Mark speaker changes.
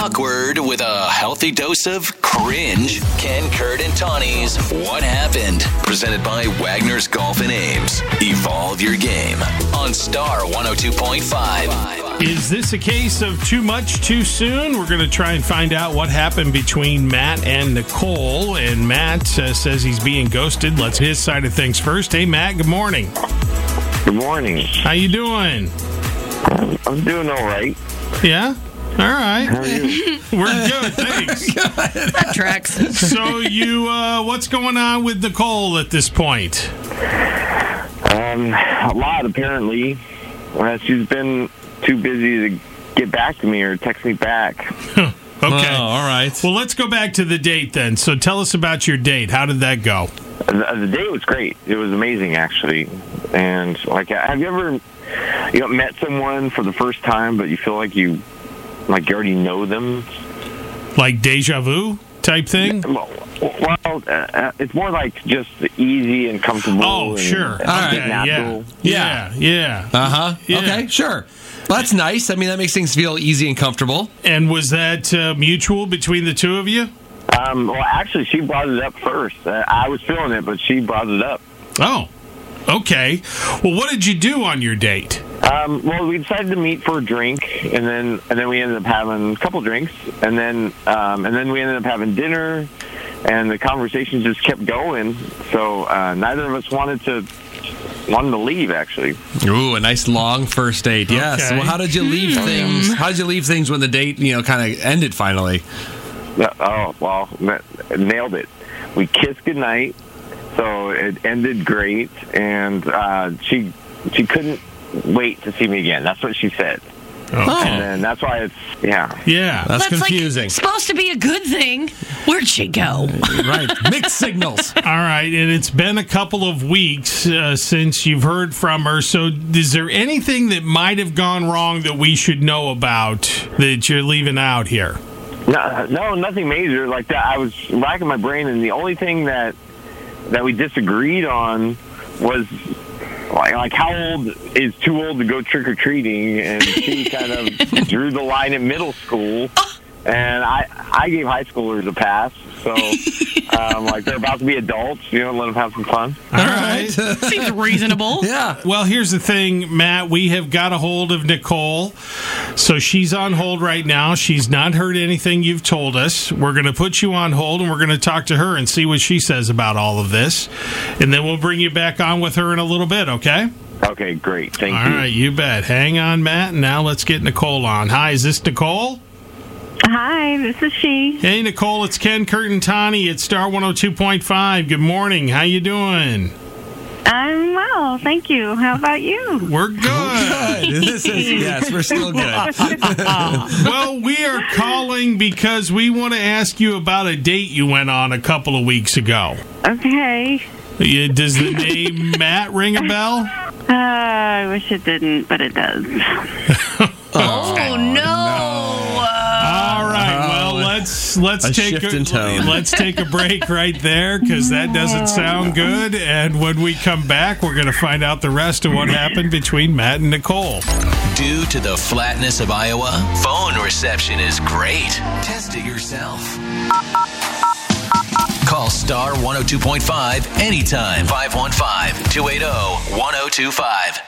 Speaker 1: Awkward with a healthy dose of cringe. Ken Kurt and Tawny's What Happened? Presented by Wagner's Golf and Ames. Evolve your game on Star 102.5.
Speaker 2: Is this a case of too much too soon? We're going to try and find out what happened between Matt and Nicole. And Matt uh, says he's being ghosted. Let's his side of things first. Hey, Matt. Good morning.
Speaker 3: Good morning.
Speaker 2: How you doing?
Speaker 3: I'm doing all right.
Speaker 2: Yeah. All
Speaker 3: How
Speaker 2: right.
Speaker 3: are you?
Speaker 2: We're good. Thanks.
Speaker 4: That tracks.
Speaker 2: So you, uh, what's going on with Nicole at this point?
Speaker 3: um, a lot apparently. Uh, she's been too busy to get back to me or text me back.
Speaker 2: Okay.
Speaker 5: Oh, all right.
Speaker 2: Well, let's go back to the date then. So tell us about your date. How did that go?
Speaker 3: The, uh, the day was great. It was amazing actually. And like, have you ever you know, met someone for the first time, but you feel like you like you already know them?
Speaker 2: Like deja vu type thing?
Speaker 3: Well, well uh, uh, it's more like just easy and comfortable.
Speaker 2: Oh,
Speaker 3: and-
Speaker 2: sure.
Speaker 3: and
Speaker 5: right,
Speaker 2: Okay, yeah.
Speaker 3: natural.
Speaker 2: Yeah. Yeah.
Speaker 5: Uh huh.
Speaker 2: Yeah.
Speaker 5: Okay, sure. Well, that's nice. I mean, that makes things feel easy and comfortable.
Speaker 2: And was that uh, mutual between the two of you?
Speaker 3: Um, well, actually, she brought it up first. Uh, I was feeling it, but she brought it up.
Speaker 2: Oh. Okay. Well, what did you do on your date?
Speaker 3: Um, well, we decided to meet for a drink, and then and then we ended up having a couple drinks, and then um, and then we ended up having dinner, and the conversation just kept going. So uh, neither of us wanted to wanted to leave. Actually,
Speaker 5: Ooh, a nice long first date. Yes.
Speaker 2: Okay.
Speaker 5: Well, how did you leave things? How did you leave things when the date, you know, kind of ended finally?
Speaker 3: Uh, oh well, na- nailed it. We kissed goodnight, so it ended great, and uh, she she couldn't wait to see me again. That's what she said, and
Speaker 5: Oh,
Speaker 3: then that's why it's yeah.
Speaker 2: Yeah.
Speaker 5: that's
Speaker 4: That's
Speaker 5: confusing.
Speaker 4: like supposed to be a good thing. Where'd she go?
Speaker 5: right. Mixed signals.
Speaker 2: All right. And it's been a couple of weeks uh, since you've heard from her. So is there anything that might have gone wrong that we should know about that you're leaving out here?
Speaker 3: No, no, nothing major like that. I was racking my brain, and the only thing that that we disagreed on was like, like how old is too old to go trick or treating, and she kind of drew the line at middle school, and I I gave high schoolers a pass, so um, like they're about to be adults, you know, let them have some fun.
Speaker 2: All right.
Speaker 4: Seems reasonable.
Speaker 5: yeah.
Speaker 2: Well, here's the thing, Matt. We have got a hold of Nicole. So she's on hold right now. She's not heard anything you've told us. We're going to put you on hold and we're going to talk to her and see what she says about all of this. And then we'll bring you back on with her in a little bit, okay?
Speaker 3: Okay, great, thank
Speaker 2: All
Speaker 3: you.
Speaker 2: right, you bet. Hang on, Matt. and Now let's get Nicole on. Hi, is this Nicole?
Speaker 6: Hi, this is she.
Speaker 2: Hey, Nicole, it's Ken Curtintani at Star 102.5. Good morning. How you doing?
Speaker 6: I'm well, thank you. How about you?
Speaker 2: We're good.
Speaker 5: Good. This is, yes, we're still good.
Speaker 2: well, we are calling because we want to ask you about a date you went on a couple of weeks ago.
Speaker 6: Okay.
Speaker 2: Yeah, Does the name Matt ring a bell?
Speaker 6: Uh, I wish it didn't, but it does.
Speaker 4: Oh, no.
Speaker 2: All right. Well, let's let's
Speaker 5: A
Speaker 2: take
Speaker 5: Oh, shift in tone.
Speaker 2: let's take a break right there because that doesn't sound good. And when we come back, we're going to find out the rest of what happened between Matt and Nicole.
Speaker 1: Due to the flatness of Iowa, phone reception is great. Test it yourself. Call oh oh star 102.5 anytime 515 280 1025.